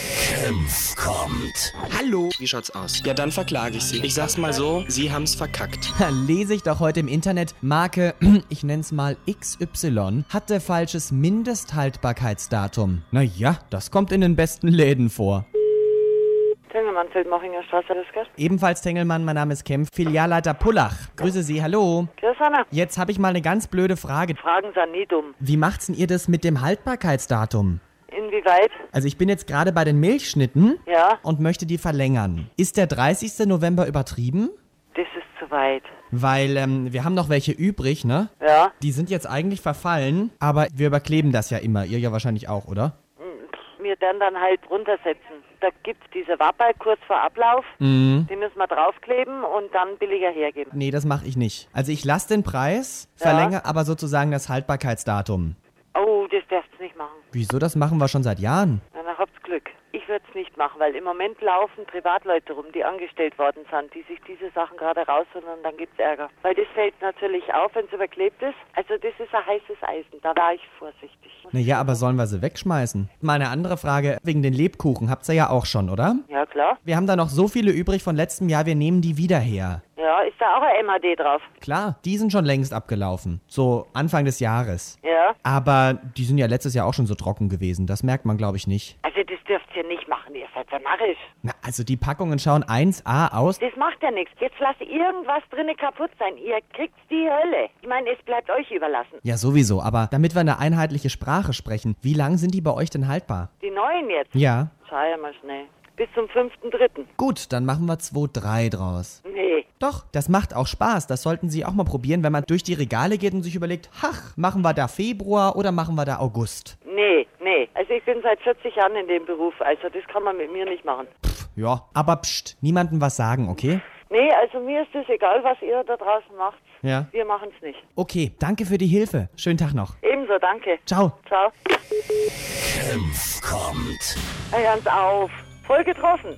Senf kommt. Hallo. Wie schaut's aus? Ja, dann verklage ich Sie. Ich sag's mal so, Sie haben's verkackt. Lese ich doch heute im Internet, Marke, ich nenn's mal XY, hatte falsches Mindesthaltbarkeitsdatum. Naja, das kommt in den besten Läden vor. Tengelmann, Feldmachinger Straße, das geht. Ebenfalls Tengelmann, mein Name ist Kempf, Filialleiter Pullach. Grüße Sie, hallo. Grüß Anna. Jetzt habe ich mal eine ganz blöde Frage. Fragen Sie nie dumm. Wie macht's denn ihr das mit dem Haltbarkeitsdatum? Inwieweit? Also ich bin jetzt gerade bei den Milchschnitten Ja, und möchte die verlängern. Ist der 30. November übertrieben? das ist zu weit. Weil ähm, wir haben noch welche übrig, ne? Ja, Die sind jetzt eigentlich verfallen, aber wir überkleben das ja immer. Ihr ja wahrscheinlich auch, oder? wir werden dann halt runtersetzen. Da gibt's diese Wappe kurz vor Ablauf. Die müssen wir draufkleben und dann billiger hergeben. Nee, das mache ich nicht. Also ich lasse den Preis, Ja. verlängere aber sozusagen das Haltbarkeitsdatum. Oh, das darfst du nicht machen. Wieso? Das machen wir schon seit Jahren. Na, dann habt Glück. Ich würde es nicht machen, weil im Moment laufen Privatleute rum, die angestellt worden sind, die sich diese Sachen gerade rausholen und dann gibt's Ärger. Weil das fällt natürlich auf, wenn es überklebt ist. Also das ist ein heißes Eisen, da war ich vorsichtig. Naja, aber sollen wir sie wegschmeißen? Mal eine andere Frage, wegen den Lebkuchen habt ihr ja auch schon, oder? Ja, klar. Wir haben da noch so viele übrig von letztem Jahr, wir nehmen die wieder her. Ja, ist da auch ein MAD drauf. Klar, die sind schon längst abgelaufen. So Anfang des Jahres. Ja. Aber die sind ja letztes Jahr auch schon so trocken gewesen. Das merkt man, glaube ich, nicht. Also das dürft ihr nicht machen, ihr seid ja narrisch. Na, also die Packungen schauen 1A aus. Das macht ja nichts. Jetzt lasst irgendwas drinne kaputt sein. Ihr kriegt die Hölle. Ich meine, es bleibt euch überlassen. Ja, sowieso. Aber damit wir eine einheitliche Sprache sprechen, wie lang sind die bei euch denn haltbar? Die neuen jetzt. Ja. Schau ja mal schnell. Bis zum 5.3. Gut, dann machen wir 2-3 draus. Nee. Doch, das macht auch Spaß. Das sollten Sie auch mal probieren, wenn man durch die Regale geht und sich überlegt, ach, machen wir da Februar oder machen wir da August? Nee, nee. Also ich bin seit 40 Jahren in dem Beruf. Also das kann man mit mir nicht machen. Ja. Aber pst, niemandem was sagen, okay? Nee, also mir ist es egal, was ihr da draußen macht. Ja. Wir machen es nicht. Okay, danke für die Hilfe. Schönen Tag noch. Ebenso, danke. Ciao. Ciao. Senf kommt. Hey, ganz auf. Voll getroffen.